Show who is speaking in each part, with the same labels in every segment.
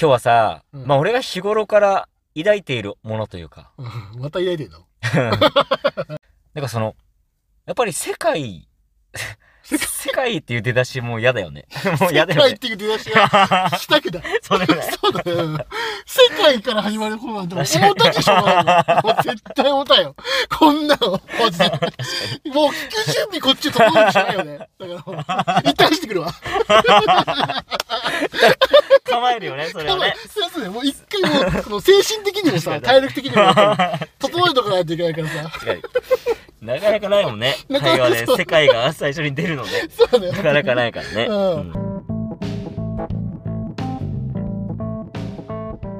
Speaker 1: 今日はさ、
Speaker 2: うん
Speaker 1: まあ俺が日頃から抱いているものというか、
Speaker 2: うんまた抱い てんの
Speaker 1: なんかその、やっぱり世界、世界っていう出だしもう嫌だよ ね。もう嫌だよ
Speaker 2: 世界っ
Speaker 1: ね。
Speaker 2: ていう出だ しはしたくない。
Speaker 1: そうだよね。
Speaker 2: そうだよ。うん世界から始まる方なんて、もう重たいでしょ、もう絶対重たいよ。こんなの、マジで。もう聞く準備こっち整うしかないよね。だからもう、一旦してくるわ。
Speaker 1: 構えるよね、それはね。
Speaker 2: そうですね、もう一回もう、その精神的にもさ、体力的にもやっ ぱり、整えとかないといけないからさ。
Speaker 1: 確かになかなかないもんね。
Speaker 2: なかな
Speaker 1: 会
Speaker 2: か
Speaker 1: 話で
Speaker 2: そう
Speaker 1: 世界が最初に出るのね。
Speaker 2: そうだよ
Speaker 1: な。かなかないからね。
Speaker 2: うん
Speaker 1: うん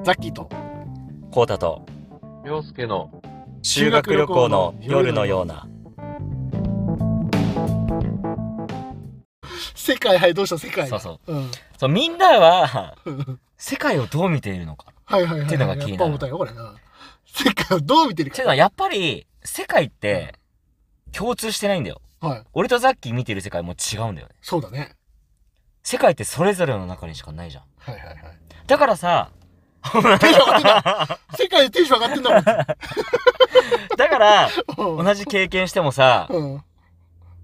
Speaker 2: ザッキーと。
Speaker 1: こうたと、
Speaker 3: 洋介の
Speaker 1: 修学旅行の夜のような。
Speaker 2: 世界、はい、どうした世界。。
Speaker 1: そうそう
Speaker 2: うん。
Speaker 1: う。そう、みんなは、
Speaker 2: うん
Speaker 1: 世界をどう見ているのか。
Speaker 2: はいはいはいはい。
Speaker 1: っていうのが気になる
Speaker 2: やっぱ重たいよ、これ。うん世界をどう見てる
Speaker 1: っ
Speaker 2: か
Speaker 1: ていうのは、やっぱり、世界って、共通してないんだよ。
Speaker 2: はい。
Speaker 1: 俺とザッキー見てる世界も違うんだよね。
Speaker 2: そうだね。
Speaker 1: 世界ってそれぞれの中にしかないじゃん。
Speaker 2: はいはいはい。
Speaker 1: だからさ、
Speaker 2: テンション上がってん だ。世界でテンション上がってんだ
Speaker 1: だから、
Speaker 2: もん。
Speaker 1: 同じ経験してもさ、
Speaker 2: うん。うん。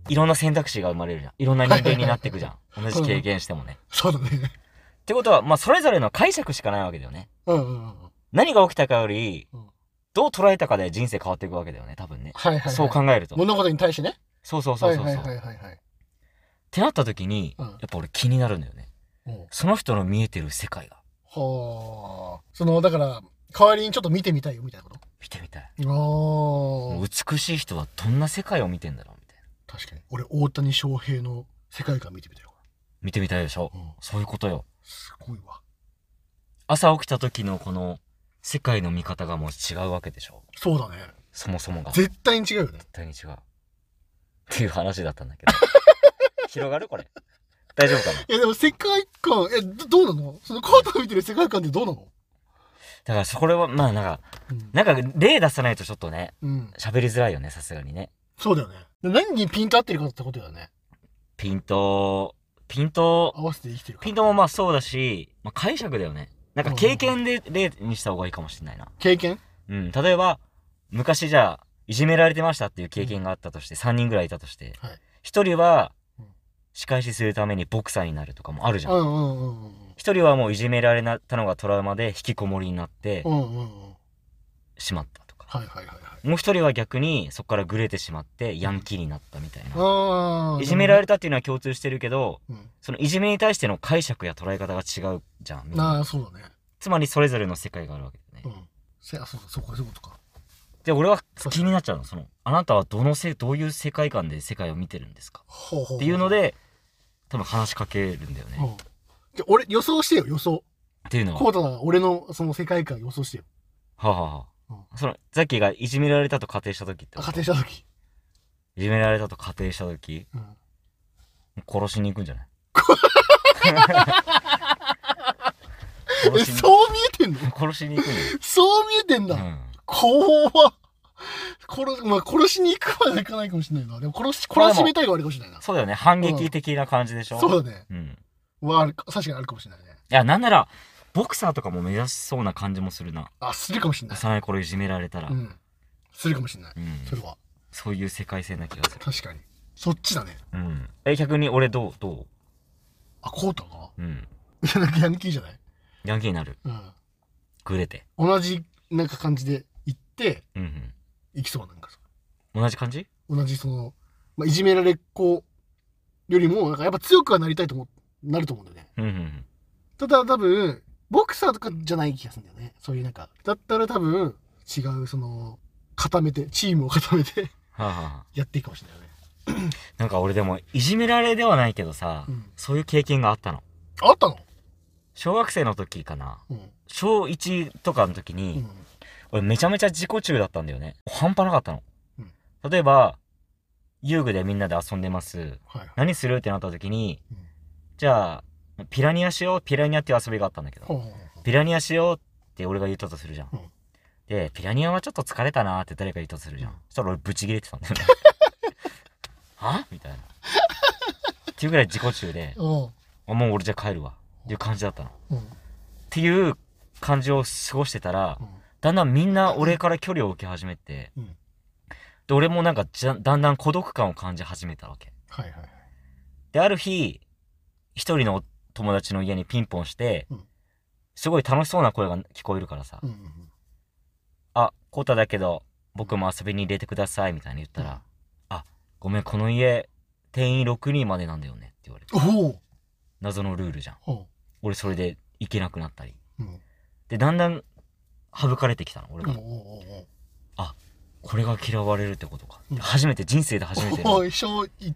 Speaker 1: いろんな選択肢が生まれるじゃん。いろんな人間になっていくじゃん。同じ経験してもね。
Speaker 2: そうだね。
Speaker 1: ってことは、まあ、それぞれの解釈しかないわけだよね。
Speaker 2: うんうんうん。
Speaker 1: 何が起きたかより
Speaker 2: うん、
Speaker 1: どう捉えたかで人生変わっていくわけだよね、多分ね。
Speaker 2: はいはいはい。
Speaker 1: そう考えると。
Speaker 2: 物事に対してね。
Speaker 1: そうそうそ
Speaker 2: は
Speaker 1: う
Speaker 2: い
Speaker 1: そう。
Speaker 2: はいは
Speaker 1: っ
Speaker 2: いはいはい。
Speaker 1: てなった時に、
Speaker 2: うん
Speaker 1: やっぱ俺気になるんだよね。
Speaker 2: うん
Speaker 1: その人の見えてる世界が。
Speaker 2: ほー。その、だから、代わりにちょっと見てみたいよ、みたいなこ
Speaker 1: 見てみたい。
Speaker 2: と。おー。
Speaker 1: 美しい人はどんな世界を見てんだろうみたいな。
Speaker 2: 確かに。俺、大谷翔平の世界観見てみたよ。
Speaker 1: 見てみたいでしょ
Speaker 2: うん。
Speaker 1: そういうことよ。
Speaker 2: すごいわ。
Speaker 1: 朝起きた時のこの世界の見方がもう違うわけでしょ
Speaker 2: そうだね。
Speaker 1: そもそもが。絶
Speaker 2: 絶対に違うよね。
Speaker 1: 対に違う。っていう話だったんだけど。広がるこれ。大丈夫かない
Speaker 2: や、でも世界観、え、どどうなのその、コート見てる世界観ってどうなの
Speaker 1: だからそこれは、まあなんか、
Speaker 2: うん。
Speaker 1: なんか例出さないとちょっとね、
Speaker 2: うん。
Speaker 1: 喋りづらいよね、さすがにね。
Speaker 2: そうだよね。で何にピント合ってるかってことだよね。
Speaker 1: ピント、ピント、
Speaker 2: 合わせて生きてるか
Speaker 1: ピントもまあそうだし、まあ解釈だよね。なんか
Speaker 2: うん
Speaker 1: 経験で例にした方がいいかもしれないな。
Speaker 2: 経験
Speaker 1: うん、例えば、昔じゃあ、いじめられてましたっていう経験があったとして、3人ぐらいいたとして
Speaker 2: はい、
Speaker 1: 1人は
Speaker 2: うん、
Speaker 1: 仕返しするためにボクサーになるとかもあるじゃ
Speaker 2: うん
Speaker 1: ん。
Speaker 2: うんうんうん。
Speaker 1: 1人はもういじめられたのがトラウマで引きこもりになって
Speaker 2: うんうんうん。
Speaker 1: しまったとか。
Speaker 2: はいはいはいはい。
Speaker 1: もう1人は逆にそこからグレてしまってヤンキーになったみたいな。
Speaker 2: ああ。
Speaker 1: いじめら
Speaker 2: れ
Speaker 1: れたっていうのは共通してるけど、
Speaker 2: うん。
Speaker 1: そのいじめに対しての解釈や捉え方が違うじゃん。みんな
Speaker 2: ああ、そうだね。
Speaker 1: つまりそれぞれの世界があるわけだよ
Speaker 2: う
Speaker 1: ね。
Speaker 2: ん。せあ、そうだ、そうか、そういうことか。
Speaker 1: で、俺は
Speaker 2: そう
Speaker 1: 気になっちゃうの。その、あなたはどのせ、どういう世界観で世界を見てるんですか
Speaker 2: ほうほうほ
Speaker 1: っていうの、で、多分話しかけるんだよね。
Speaker 2: う
Speaker 1: っ
Speaker 2: ん。じゃ、俺、予想してよ、予想。
Speaker 1: ていうのは。
Speaker 2: コートが俺のその世界観予想してよ。
Speaker 1: はあ、はあはあ、その、ザッキーがいじめられたと仮定した時ってこと
Speaker 2: 仮定した時。
Speaker 1: いじめられたと仮定した時、
Speaker 2: うん。
Speaker 1: 殺しに行くんじ ゃない殺
Speaker 2: え、
Speaker 1: しに
Speaker 2: そう見えてんの
Speaker 1: 殺しに行くんだよ。
Speaker 2: そう見えてんだ。
Speaker 1: うん
Speaker 2: 怖っ。殺、まあ、殺しに行くまではいかないかもしれないな。でも殺し、懲らしめたいはあるかもしれないな。
Speaker 1: そうだよね。反撃的な感じでしょ、
Speaker 2: そうだね。
Speaker 1: うん。
Speaker 2: は、ある確かにあるかもしれないね。
Speaker 1: いや、なんなら、ボクサーとかも目指しそうな感じもするな。
Speaker 2: あ、するかもしれない。
Speaker 1: 幼い頃いじめられたら。
Speaker 2: う
Speaker 1: うん。
Speaker 2: ん。するかもしれない。それは。
Speaker 1: そういう世界線な気がする。
Speaker 2: 確かに。そっちだね。
Speaker 1: うん。え、逆に俺どうど
Speaker 2: あ、コートが
Speaker 1: ううん。
Speaker 2: いや、なんかヤンキーじゃない
Speaker 1: ヤンキーになる。
Speaker 2: うん。
Speaker 1: グレて。
Speaker 2: 同じ、なんか感じで行って、
Speaker 1: うんうん。
Speaker 2: 行きそうなんかそ
Speaker 1: 同じ感じ
Speaker 2: う同じその、まあ、いじめられっ子よりも、なんかやっぱ強くはなりたいと思う、なると思うんだよね。
Speaker 1: うんうんうん。
Speaker 2: ただ多分、ボクサーとかじゃない気がするんだよね。そういうなんか。だったら多分、違う、その、固めて、チームを固めて
Speaker 1: はあ、はあはあ、
Speaker 2: やっていくかもしれないよね。
Speaker 1: なんか俺でも、いじめられではないけどさ、
Speaker 2: うん
Speaker 1: そういう経験があったの。
Speaker 2: あったの
Speaker 1: 小学生の時かな。
Speaker 2: うん。
Speaker 1: 小1とかの時
Speaker 2: う
Speaker 1: に、
Speaker 2: ん。
Speaker 1: 俺めちゃめちゃ自己中だったんだよね。半端なかったの。
Speaker 2: うん
Speaker 1: 例えば、遊具でみんなで遊んでます。
Speaker 2: はいはい。
Speaker 1: 何するってなった時に、
Speaker 2: うん
Speaker 1: じゃあ、ピラニアしよう、ピラニアっていう遊びがあったんだけ
Speaker 2: ほう
Speaker 1: ど、
Speaker 2: ほうほう
Speaker 1: ピラニアしようって俺が言ったとするじゃん。
Speaker 2: うん
Speaker 1: で、ピラニアはちょっと疲れたなーって誰か言ったとするじゃん。
Speaker 2: うん
Speaker 1: そしたら俺ブチギレてたんだ よね。はみたいな。っていうぐらい自己中で、
Speaker 2: うん
Speaker 1: あもう俺じゃあ帰るわ。っていう感じだったの。っ
Speaker 2: うん。
Speaker 1: っていう感じを過ごしてたら、
Speaker 2: うん
Speaker 1: だんだんみんな俺から距離を受け始めて、
Speaker 2: うん
Speaker 1: で、俺もなんかじゃ、だんだん孤独感を感じ始めたわけ。
Speaker 2: はいはいはい。
Speaker 1: で、ある日、一人のお友達の家にピンポンして、
Speaker 2: うん
Speaker 1: すごい楽しそうな声が聞こえるからさ、
Speaker 2: うんうんうん。
Speaker 1: あ、コータだけど、僕も遊びに入れてください、みたいに言ったら、ごめん、この家、定員6人までなんだよね、って言われて。
Speaker 2: おお。
Speaker 1: 謎のルールじゃん。
Speaker 2: ほ
Speaker 1: 俺それで行けなくなったり。
Speaker 2: う。うん。
Speaker 1: で、だんだん、省かれてきたの、俺が。
Speaker 2: おうおうおう
Speaker 1: これが嫌われるってことか。
Speaker 2: うん
Speaker 1: 初めて、人生で初めて
Speaker 2: お
Speaker 1: の
Speaker 2: う。小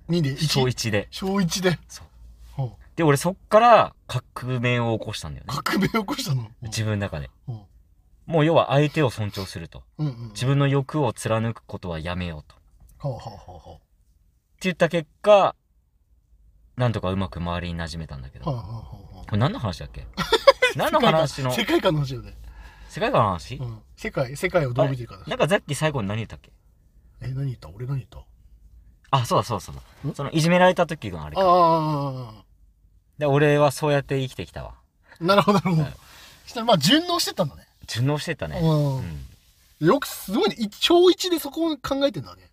Speaker 2: 2で
Speaker 1: 小
Speaker 2: 1。
Speaker 1: 1で。
Speaker 2: 小一で。
Speaker 1: そう
Speaker 2: ほう。
Speaker 1: で、俺そっから革命を起こしたんだよね。
Speaker 2: 革命を起こしたの。
Speaker 1: 自分の中で。
Speaker 2: うん
Speaker 1: もう要は相手を尊重すると。
Speaker 2: うんうん。
Speaker 1: 自分の欲を貫くことはやめようと。って
Speaker 2: ほうほうほうほ
Speaker 1: 言った結果、なんとかうまく周りに馴染めたんだけ
Speaker 2: う。
Speaker 1: ど。
Speaker 2: ほう
Speaker 1: こ
Speaker 2: ほうほうほう。
Speaker 1: れ何の話だ っけ何の話の
Speaker 2: 世界観の話よね。
Speaker 1: 世界観の話
Speaker 2: うん。世界、世界をどう見てるかだ。
Speaker 1: なんかさっき最後に何言ったっけ
Speaker 2: え、何言った俺何言った
Speaker 1: あ、そうだそうだそうだ。
Speaker 2: ん
Speaker 1: そのいじめられた時のあれか。
Speaker 2: あ
Speaker 1: で、俺はそうやって生きてきたわ。
Speaker 2: あ、なるほど、なるほど
Speaker 1: はい。
Speaker 2: そしたら、まあ、順応してたんだね。
Speaker 1: 順応してったね。う
Speaker 2: うん。よく、すごいね。い小一でそこを考えてんだね。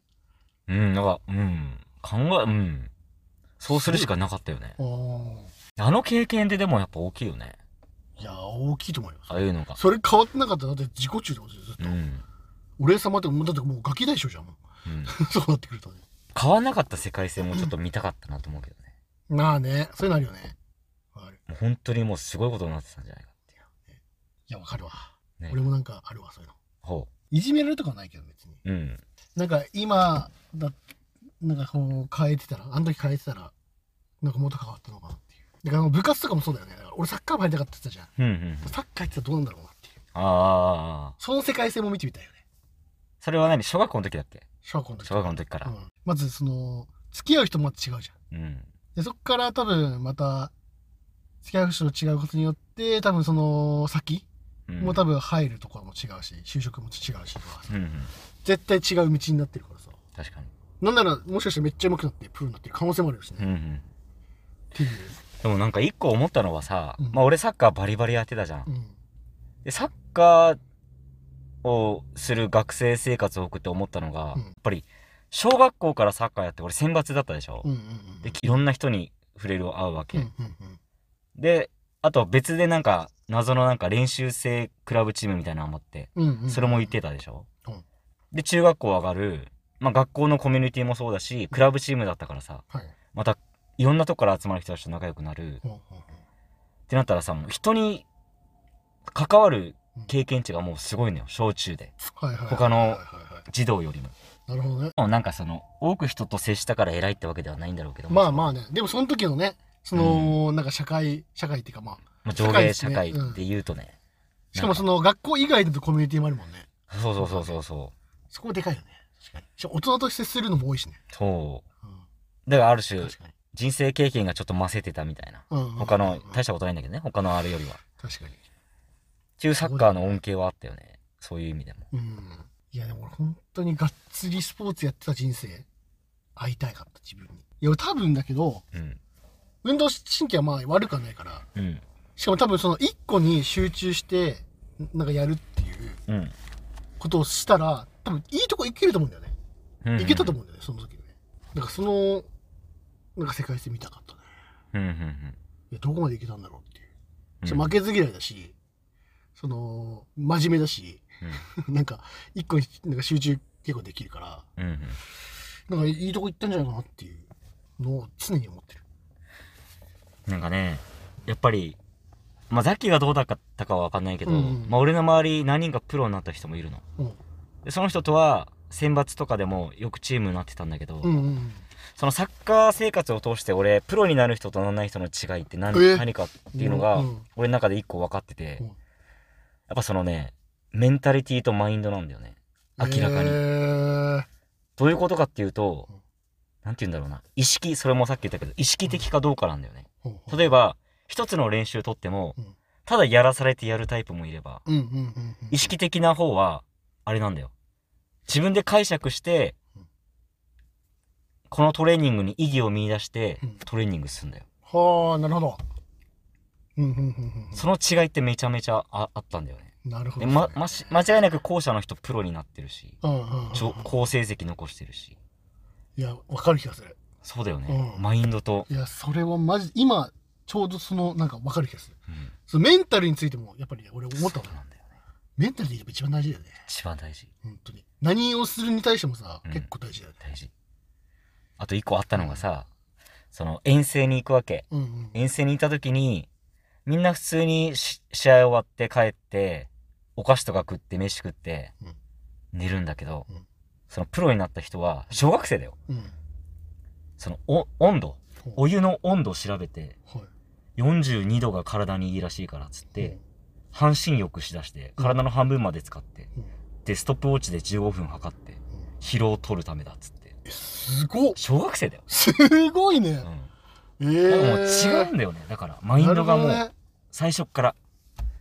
Speaker 1: ん。うん、なんか、うん。考え、うん。そうするしかなかったよね。
Speaker 2: うん。
Speaker 1: あの経験ってでもやっぱ大きいよね。
Speaker 2: いや、大きいと思います。
Speaker 1: ああいうのが。
Speaker 2: それ変わってなかったら、だって自己中ってことですよ、ずっ
Speaker 1: うん。
Speaker 2: と
Speaker 1: う。
Speaker 2: 俺様って、もうだってもうガキ大将じゃん、も
Speaker 1: ん。
Speaker 2: う。そうなってくるとね。
Speaker 1: 変わんなかった世界線もちょっと見たかったなと思うけどね。
Speaker 2: まあね、そういうのあるよね。わかる。
Speaker 1: もう本当にもうすごいことになってたんじゃないかっていう。
Speaker 2: いや、わかるわ。
Speaker 1: ね
Speaker 2: 俺もなんかあるわ、そういうの。
Speaker 1: ほ
Speaker 2: いじめられるとかはないけど、別に。
Speaker 1: う。うん。
Speaker 2: なんか今だなんかこう変えてたらあの時変えてたらなんかもっと変わったのかなっていうだから部活とかもそうだよねだから俺サッカー部入りたかったって言ってた
Speaker 1: うんうんうん。
Speaker 2: じゃんサッカーやってたらどうなんだろうなっていう
Speaker 1: ああ。
Speaker 2: その世界線も見てみたいよね
Speaker 1: それは何小学校の時だっけ
Speaker 2: 小学校の時
Speaker 1: 小学校の時から
Speaker 2: う。ん、まずその付き合う人もまた違うじゃん
Speaker 1: うん。
Speaker 2: でそっから多分また付き合う人と違うことによって多分その先
Speaker 1: うん。
Speaker 2: も多分入るところも違うし就職も違うしとか
Speaker 1: うんうん。
Speaker 2: 絶対違う道になってるからさ
Speaker 1: 確かに。
Speaker 2: なんならもしかしてめっちゃ上手くなってプロになってる可能性もあるしね、
Speaker 1: うん
Speaker 2: っ
Speaker 1: うん。
Speaker 2: ていう
Speaker 1: でもなんか一個思ったのはさ、
Speaker 2: うん
Speaker 1: まあ俺サッカーバリバリやってたじゃん。
Speaker 2: うん
Speaker 1: で、サッカーをする学生生活を送って思ったのが、
Speaker 2: うん
Speaker 1: やっぱり小学校からサッカーやって俺選抜だったでしょ、
Speaker 2: うんうんうん
Speaker 1: で、いろんな人に触れる会うわけ。
Speaker 2: うんうんうん
Speaker 1: で、あと別でなんか謎のなんか練習生クラブチームみたいなのもあって、
Speaker 2: うんうん
Speaker 1: それも言ってたでしょ、
Speaker 2: うん
Speaker 1: で、中学校上がる、まあ学校のコミュニティもそうだし、クラブチームだったからさ、
Speaker 2: はい
Speaker 1: またいろんなとこから集まる人たちと仲良くなる。
Speaker 2: ほうほう
Speaker 1: ってなったらさもう人に関わる経験値がもうすごいのよ小中で
Speaker 2: ほうはいはいはいはいはい
Speaker 1: 他の児童よりも
Speaker 2: なるほどね
Speaker 1: もうなんかその多く人と接したから偉いってわけではないんだろうけども
Speaker 2: まあまあねでもその時のねその、なんか社会社会っていうかまあ
Speaker 1: まあ上下社会で言うとね
Speaker 2: しかもその学校以外だとコミュニティもあるもんね
Speaker 1: そうそうそうそうそ
Speaker 2: そこでかいよね確かにしかも大人として接するのも多いしね、
Speaker 1: うそ
Speaker 2: うん
Speaker 1: うだからある種
Speaker 2: 確かに、
Speaker 1: 人生経験がちょっとませてたみたいな
Speaker 2: うんうんうん
Speaker 1: 他の大
Speaker 2: 確
Speaker 1: したことないんだけどね他のあれよりは
Speaker 2: かに
Speaker 1: 中サッカーの恩恵はあったよねそういう意味でも
Speaker 2: うんいやでも俺本当にがっつりスポーツやってた人生会いたいかった自分にいや多分だけど
Speaker 1: うん
Speaker 2: 運動神経はまあ悪くはないから
Speaker 1: うん
Speaker 2: しかも多分その一個に集中して、なんかやるってい
Speaker 1: う
Speaker 2: う
Speaker 1: ん
Speaker 2: ことをしたら、多分いいとこ行けると思うんだよね。
Speaker 1: うん
Speaker 2: 行けたと思うんだよね、その時にね。だからその、なんか世界線見たかったね。
Speaker 1: うんうんうん
Speaker 2: いや、どこまで行けたんだろうっていう
Speaker 1: うん。
Speaker 2: ちょ負けず嫌いだし、その、真面目だし、 なんか一個になんか集中結構できるから、
Speaker 1: うんうんうん
Speaker 2: なんかいいとこ行ったんじゃないかなっていうのを常に思ってる。
Speaker 1: なんかね、やっぱり、まあ、ザッキーがどうだったかは分かんないけど、
Speaker 2: うん
Speaker 1: まあ、俺の周り何人かプロになった人もいるの。
Speaker 2: うん。
Speaker 1: でその人とは、選抜とかでもよくチームになってたんだけど、
Speaker 2: うんうん
Speaker 1: そのサッカー生活を通して俺、プロになる人とならない人の違いって何,、
Speaker 2: え
Speaker 1: 何かっていうのが、
Speaker 2: うんうん
Speaker 1: 俺の中で一個分かってて、
Speaker 2: うん
Speaker 1: やっぱそのね、メンタリティとマインドなんだよね。
Speaker 2: うん。
Speaker 1: 明らかに
Speaker 2: えー
Speaker 1: どういうことかっていうと
Speaker 2: うん、
Speaker 1: なんて言うんだろうな。意識、それもさっき言ったけど、意識的かどうかなんだよね。
Speaker 2: ほうほう
Speaker 1: 例えば、一つの練習とっても
Speaker 2: うん、
Speaker 1: ただやらされてやるタイプもいれば、
Speaker 2: うんうんうんうん。
Speaker 1: 意識的な方は、あれなんだよ。自分で解釈して
Speaker 2: うん、
Speaker 1: このトレーニングに意義を見出して
Speaker 2: うん、
Speaker 1: トレーニングするんだよ。
Speaker 2: はあ、なるほど。うんうんうん
Speaker 1: その違いってめちゃめちゃああったんだよね。
Speaker 2: うん。なるほ
Speaker 1: で
Speaker 2: ど。
Speaker 1: ま、まし、間違いなく後者の人プロになってるし、
Speaker 2: うんうんうん。
Speaker 1: ちょ好成績残してるし。
Speaker 2: いや、わかる気がする。
Speaker 1: そうだよね。
Speaker 2: うん
Speaker 1: マインドと、
Speaker 2: いや、それはマジ、今、ちょうどその、なんかわかる気がする。
Speaker 1: うん
Speaker 2: そのメンタルについても、やっぱりね、俺思った
Speaker 1: そ
Speaker 2: も。
Speaker 1: うんなんだよね。
Speaker 2: メンタルでやっぱ一番大事だよね。
Speaker 1: 一番大事。
Speaker 2: 本当に。何をするに対してもさ、
Speaker 1: うん
Speaker 2: 結構大事だよね。
Speaker 1: 大事。あと一個あったのがさ、その遠征に行くわけ。
Speaker 2: うんうん。
Speaker 1: 遠征に行った時に、みんな普通にし試合終わって帰って、お菓子とか食って飯食って
Speaker 2: うん、
Speaker 1: 寝るんだけど、
Speaker 2: うん
Speaker 1: そのプロになった人は、小学生だよ。
Speaker 2: うん。
Speaker 1: そのお温度、
Speaker 2: ほう
Speaker 1: お湯の温度を調べて、
Speaker 2: はい。
Speaker 1: 42度が体にいいらしいからっつって、
Speaker 2: うん
Speaker 1: 半身浴しだして、体の半分まで使って、
Speaker 2: うん
Speaker 1: で、ストップウォッチで15分測って、
Speaker 2: うん
Speaker 1: 疲労を取るためだっつって。
Speaker 2: えすごっ
Speaker 1: 小学生だよ。
Speaker 2: すごいね
Speaker 1: う。ん。
Speaker 2: ええ
Speaker 1: なんかもう違
Speaker 2: ー。
Speaker 1: うんだよね。だから、マインドがも
Speaker 2: なるほど
Speaker 1: う、
Speaker 2: ね
Speaker 1: 最初っから、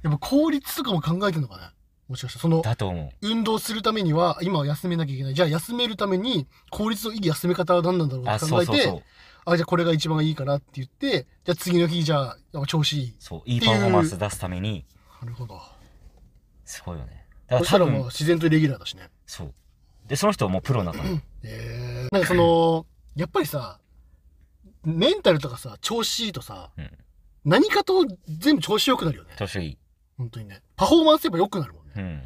Speaker 2: やっぱ効率とかも考えてるのかね。もしかして、その、
Speaker 1: だと思う。
Speaker 2: 運動するためには、今は休めなきゃいけない。じゃあ休めるために、効率のいい休め方は何なんだろう
Speaker 1: あ、
Speaker 2: って
Speaker 1: そ
Speaker 2: 考
Speaker 1: う
Speaker 2: え
Speaker 1: そうそう
Speaker 2: て、。あ、じゃあこれが一番いいかなって言って、じゃあ次の日、じゃあ、やっぱ調子いい。
Speaker 1: そう、いいパフォーマンス出すために、
Speaker 2: なるほど。
Speaker 1: すごいよね。だから
Speaker 2: そした
Speaker 1: 多
Speaker 2: らもう
Speaker 1: 分、
Speaker 2: 自然とレギュラーだしね。
Speaker 1: そう。で、その人はもうプロになったの。
Speaker 2: えー、なんかその、やっぱりさ、メンタルとかさ、調子いいとさ、
Speaker 1: うん
Speaker 2: 何かと全部調子良くなるよね。
Speaker 1: 調子いい。
Speaker 2: 本当にね。パフォーマンスやっぱ良くなるもんね。
Speaker 1: うん。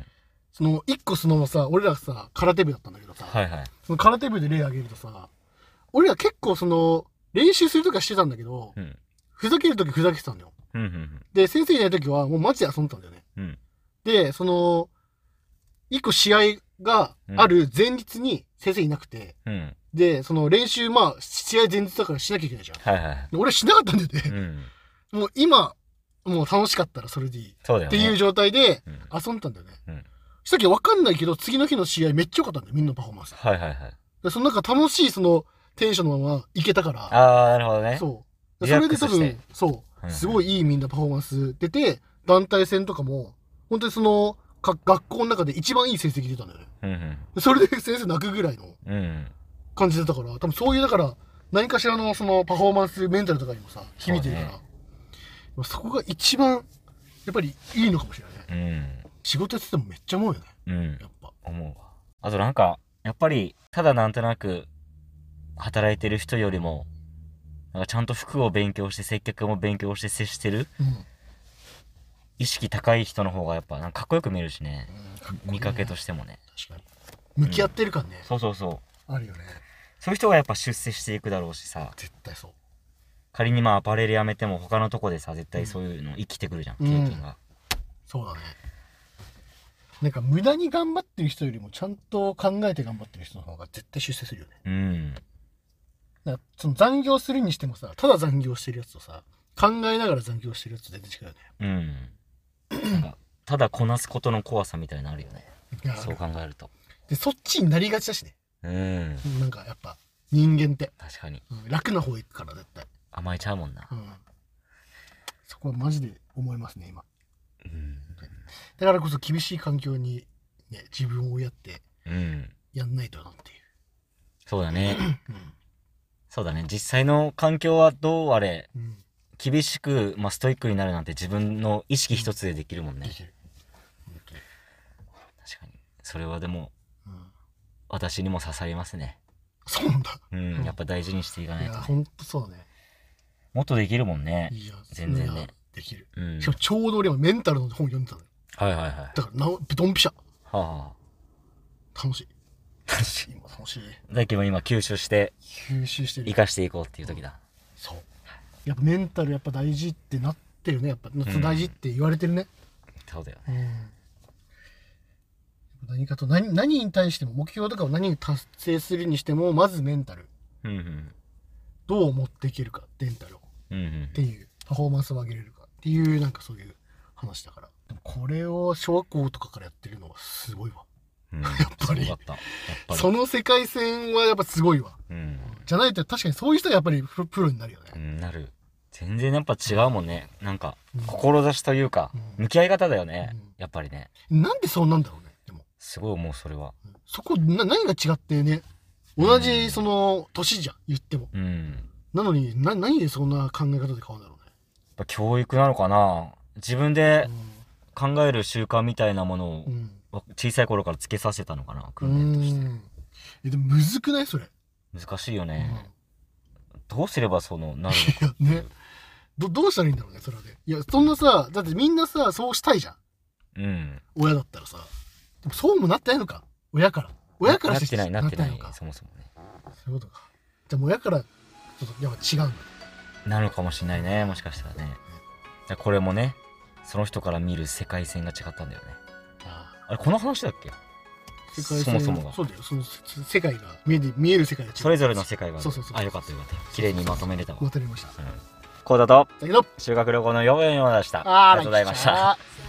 Speaker 2: その、一個そのさ、俺らさ、空手部だったんだけどさ、
Speaker 1: はいはい。
Speaker 2: その空手部で例挙げるとさ、俺ら結構その、練習するとかしてたんだけど、
Speaker 1: うん。
Speaker 2: ふざけるときふざけてたんだよ。
Speaker 1: うんうん
Speaker 2: で、先生いないときはもうマジで遊んでたんだよね。
Speaker 1: うん。うん。
Speaker 2: で、その、一個試合がある前日に先生いなくて、
Speaker 1: うん。
Speaker 2: で、その練習、まあ、試合前日だからしなきゃいけないじゃん。
Speaker 1: はいはい。
Speaker 2: で俺はしなかったんだよ
Speaker 1: う
Speaker 2: ね。
Speaker 1: ん。
Speaker 2: もう今、もう楽しかったらそれでいい。
Speaker 1: そうだよ
Speaker 2: っ
Speaker 1: ね。
Speaker 2: ていう状態で
Speaker 1: うん。
Speaker 2: 遊んでたんだよね。
Speaker 1: うん
Speaker 2: したっけわかんないけど、次の日の試合めっちゃ良かったんだよ、みんなのパフォーマンス。
Speaker 1: はいはいはい。
Speaker 2: で、その中楽しい、その、テンションのままいけたから、
Speaker 1: あー、なるほどね。
Speaker 2: そう。
Speaker 1: リ
Speaker 2: で
Speaker 1: ラ
Speaker 2: それ
Speaker 1: ック
Speaker 2: で
Speaker 1: スして
Speaker 2: 多分、そ
Speaker 1: うん
Speaker 2: う、すごいいいみんなパフォーマンス出て、団体戦とかも、本当にその、か学校の中で一番いい成績出たんだよね。
Speaker 1: うん
Speaker 2: でそれで先生泣くぐらいの
Speaker 1: うん。うん。
Speaker 2: 感じだったから、多分そういう、だから、何かしらのそのパフォーマンス、メンタルとかにもさ、響いてるから、
Speaker 1: そう
Speaker 2: まあそこが一番、やっぱりいいのかもしれないね。
Speaker 1: うん。
Speaker 2: 仕事やっててもめっちゃ思うよね、
Speaker 1: うん
Speaker 2: や。っぱ。
Speaker 1: 思うわ。あとなんか、やっぱり、ただなんとなく、働いてる人よりも、なんかちゃんと服を勉強して、接客も勉強して接してる、
Speaker 2: うん。
Speaker 1: 意識高い人の方がやっぱ、なんかかっこよく見えるしね。
Speaker 2: かっこいいね
Speaker 1: 見かけとしてもね。
Speaker 2: 確かに。向き合ってる感ね、
Speaker 1: そうそうそう。
Speaker 2: あるよね。
Speaker 1: そういう人がやっぱ出世していくだろうしさ、
Speaker 2: 絶対そう。
Speaker 1: 仮にまあアパレルやめても他のとこでさ、絶対そういうの生きてくるじゃん、経
Speaker 2: うん
Speaker 1: 験が。
Speaker 2: そうだね。なんか無駄に頑張ってる人よりもちゃんと考えて頑張ってる人の方が絶対出世するよね。
Speaker 1: うん。
Speaker 2: だからその残業するにしてもさ、ただ残業してるやつとさ、考えながら残業してるやつと全然違うよね。
Speaker 1: うん。なんか、ただこなすことの怖さみたいなのあるよね。
Speaker 2: いや
Speaker 1: そう考えると。
Speaker 2: で、そっちになりがちだしね。
Speaker 1: うん。
Speaker 2: なんかやっぱ人間って、
Speaker 1: 確かに。
Speaker 2: うん楽な方行くから絶対。
Speaker 1: 甘えちゃうもんな
Speaker 2: う。ん。そこはマジで思いますね、今。
Speaker 1: うん。
Speaker 2: だからこそ厳しい環境に、ね、自分をやって
Speaker 1: うん。
Speaker 2: やんないとなってい
Speaker 1: そうだね。
Speaker 2: う。
Speaker 1: そうだね。実際の環境はどうあれ、
Speaker 2: うん。うん
Speaker 1: 厳しく、まあ、ストイックになるなんて自分の意識一つでできるもんね
Speaker 2: で。きる。本当に
Speaker 1: 確かに。それはでも、
Speaker 2: うん
Speaker 1: 私にも刺さりますね。
Speaker 2: そうなんだ。
Speaker 1: うん。やっぱ大事にしていかないい
Speaker 2: や、
Speaker 1: と。
Speaker 2: ほんとそうだね。
Speaker 1: もっとできるもんね。
Speaker 2: いや、
Speaker 1: 全然ね
Speaker 2: いや。できる。
Speaker 1: うん。
Speaker 2: しかもちょうど俺はメンタルの本読んでたのよ。
Speaker 1: はいはいはい。は
Speaker 2: だからなお、ドンピシャ。
Speaker 1: あ、は
Speaker 2: 楽しい。
Speaker 1: あ。
Speaker 2: 今楽しい。
Speaker 1: 大輝も今吸収して、
Speaker 2: 吸収して
Speaker 1: 生
Speaker 2: る。
Speaker 1: かしていこうっていう時だ。
Speaker 2: そう。やっぱメンタルやっぱ大事ってなってるね。やっぱ、
Speaker 1: ん
Speaker 2: 大事って言われてるね。
Speaker 1: そうだよね。
Speaker 2: うん。何かと何何に対しても目標とかを何に達成するにしてもまずメンタル
Speaker 1: うんうん。
Speaker 2: どう持っていけるかメンタルを
Speaker 1: うんうん
Speaker 2: っ。ていうパフォーマンスを上げれるかっていうなんかそういう話だからでもこれを小学校とかからやってるのはすごいわ
Speaker 1: うん、
Speaker 2: やっぱり
Speaker 1: すごかった。やっぱり。
Speaker 2: その世界線はやっぱすごいわ
Speaker 1: うん。
Speaker 2: じゃないと確かにそういう人がやっぱりプロプロになるよ
Speaker 1: う
Speaker 2: ね、
Speaker 1: んなる。全然やっぱ違うもんね。なんか
Speaker 2: うん、
Speaker 1: 志というか、
Speaker 2: うん
Speaker 1: 向き合い方だよね
Speaker 2: うん。
Speaker 1: やっぱりね。
Speaker 2: なんでそうなんだろうねでも
Speaker 1: すごい思う、それは。
Speaker 2: うんそこな何が違ってね同じその年じゃん言っても
Speaker 1: うん。
Speaker 2: なのにな何でそんな考え方で変わるんだろうね
Speaker 1: ぱ教育なのかな自分で考える習慣みたいなものを
Speaker 2: うん
Speaker 1: 小さい頃からつけさせたのかな
Speaker 2: う
Speaker 1: 訓練として。
Speaker 2: んえでもむずくないそれ、
Speaker 1: 難しいよね。どうすればその、なるのか。
Speaker 2: うんいやねどどうしたらいいんだろうねそれはねいやそんなさだってみんなさそうしたいじゃん
Speaker 1: うん。
Speaker 2: 親だったらさでもそうもなってないのか親から親から
Speaker 1: なっ
Speaker 2: して
Speaker 1: ない、なってない
Speaker 2: のか、
Speaker 1: そもそもね。
Speaker 2: そういうことかじゃあもう親からちょっとやっぱ違うんだ
Speaker 1: なのかもしれないね、もしかしたらね。だからこれもね、その人から見る世界線が違ったんだよね。あれ、この話だっけ
Speaker 2: 世界
Speaker 1: そもそもが
Speaker 2: そうだよそのせ世界が見えて見える世界が違う
Speaker 1: それぞれの世界がある
Speaker 2: そうそうそう
Speaker 1: あ、よかったよかった。綺麗にまとめれたわ。
Speaker 2: 渡りました
Speaker 1: うん。こうだと、
Speaker 2: だけど
Speaker 1: 修学旅行の4円をでした。
Speaker 2: あ
Speaker 1: ありがとうございました。
Speaker 2: ら来た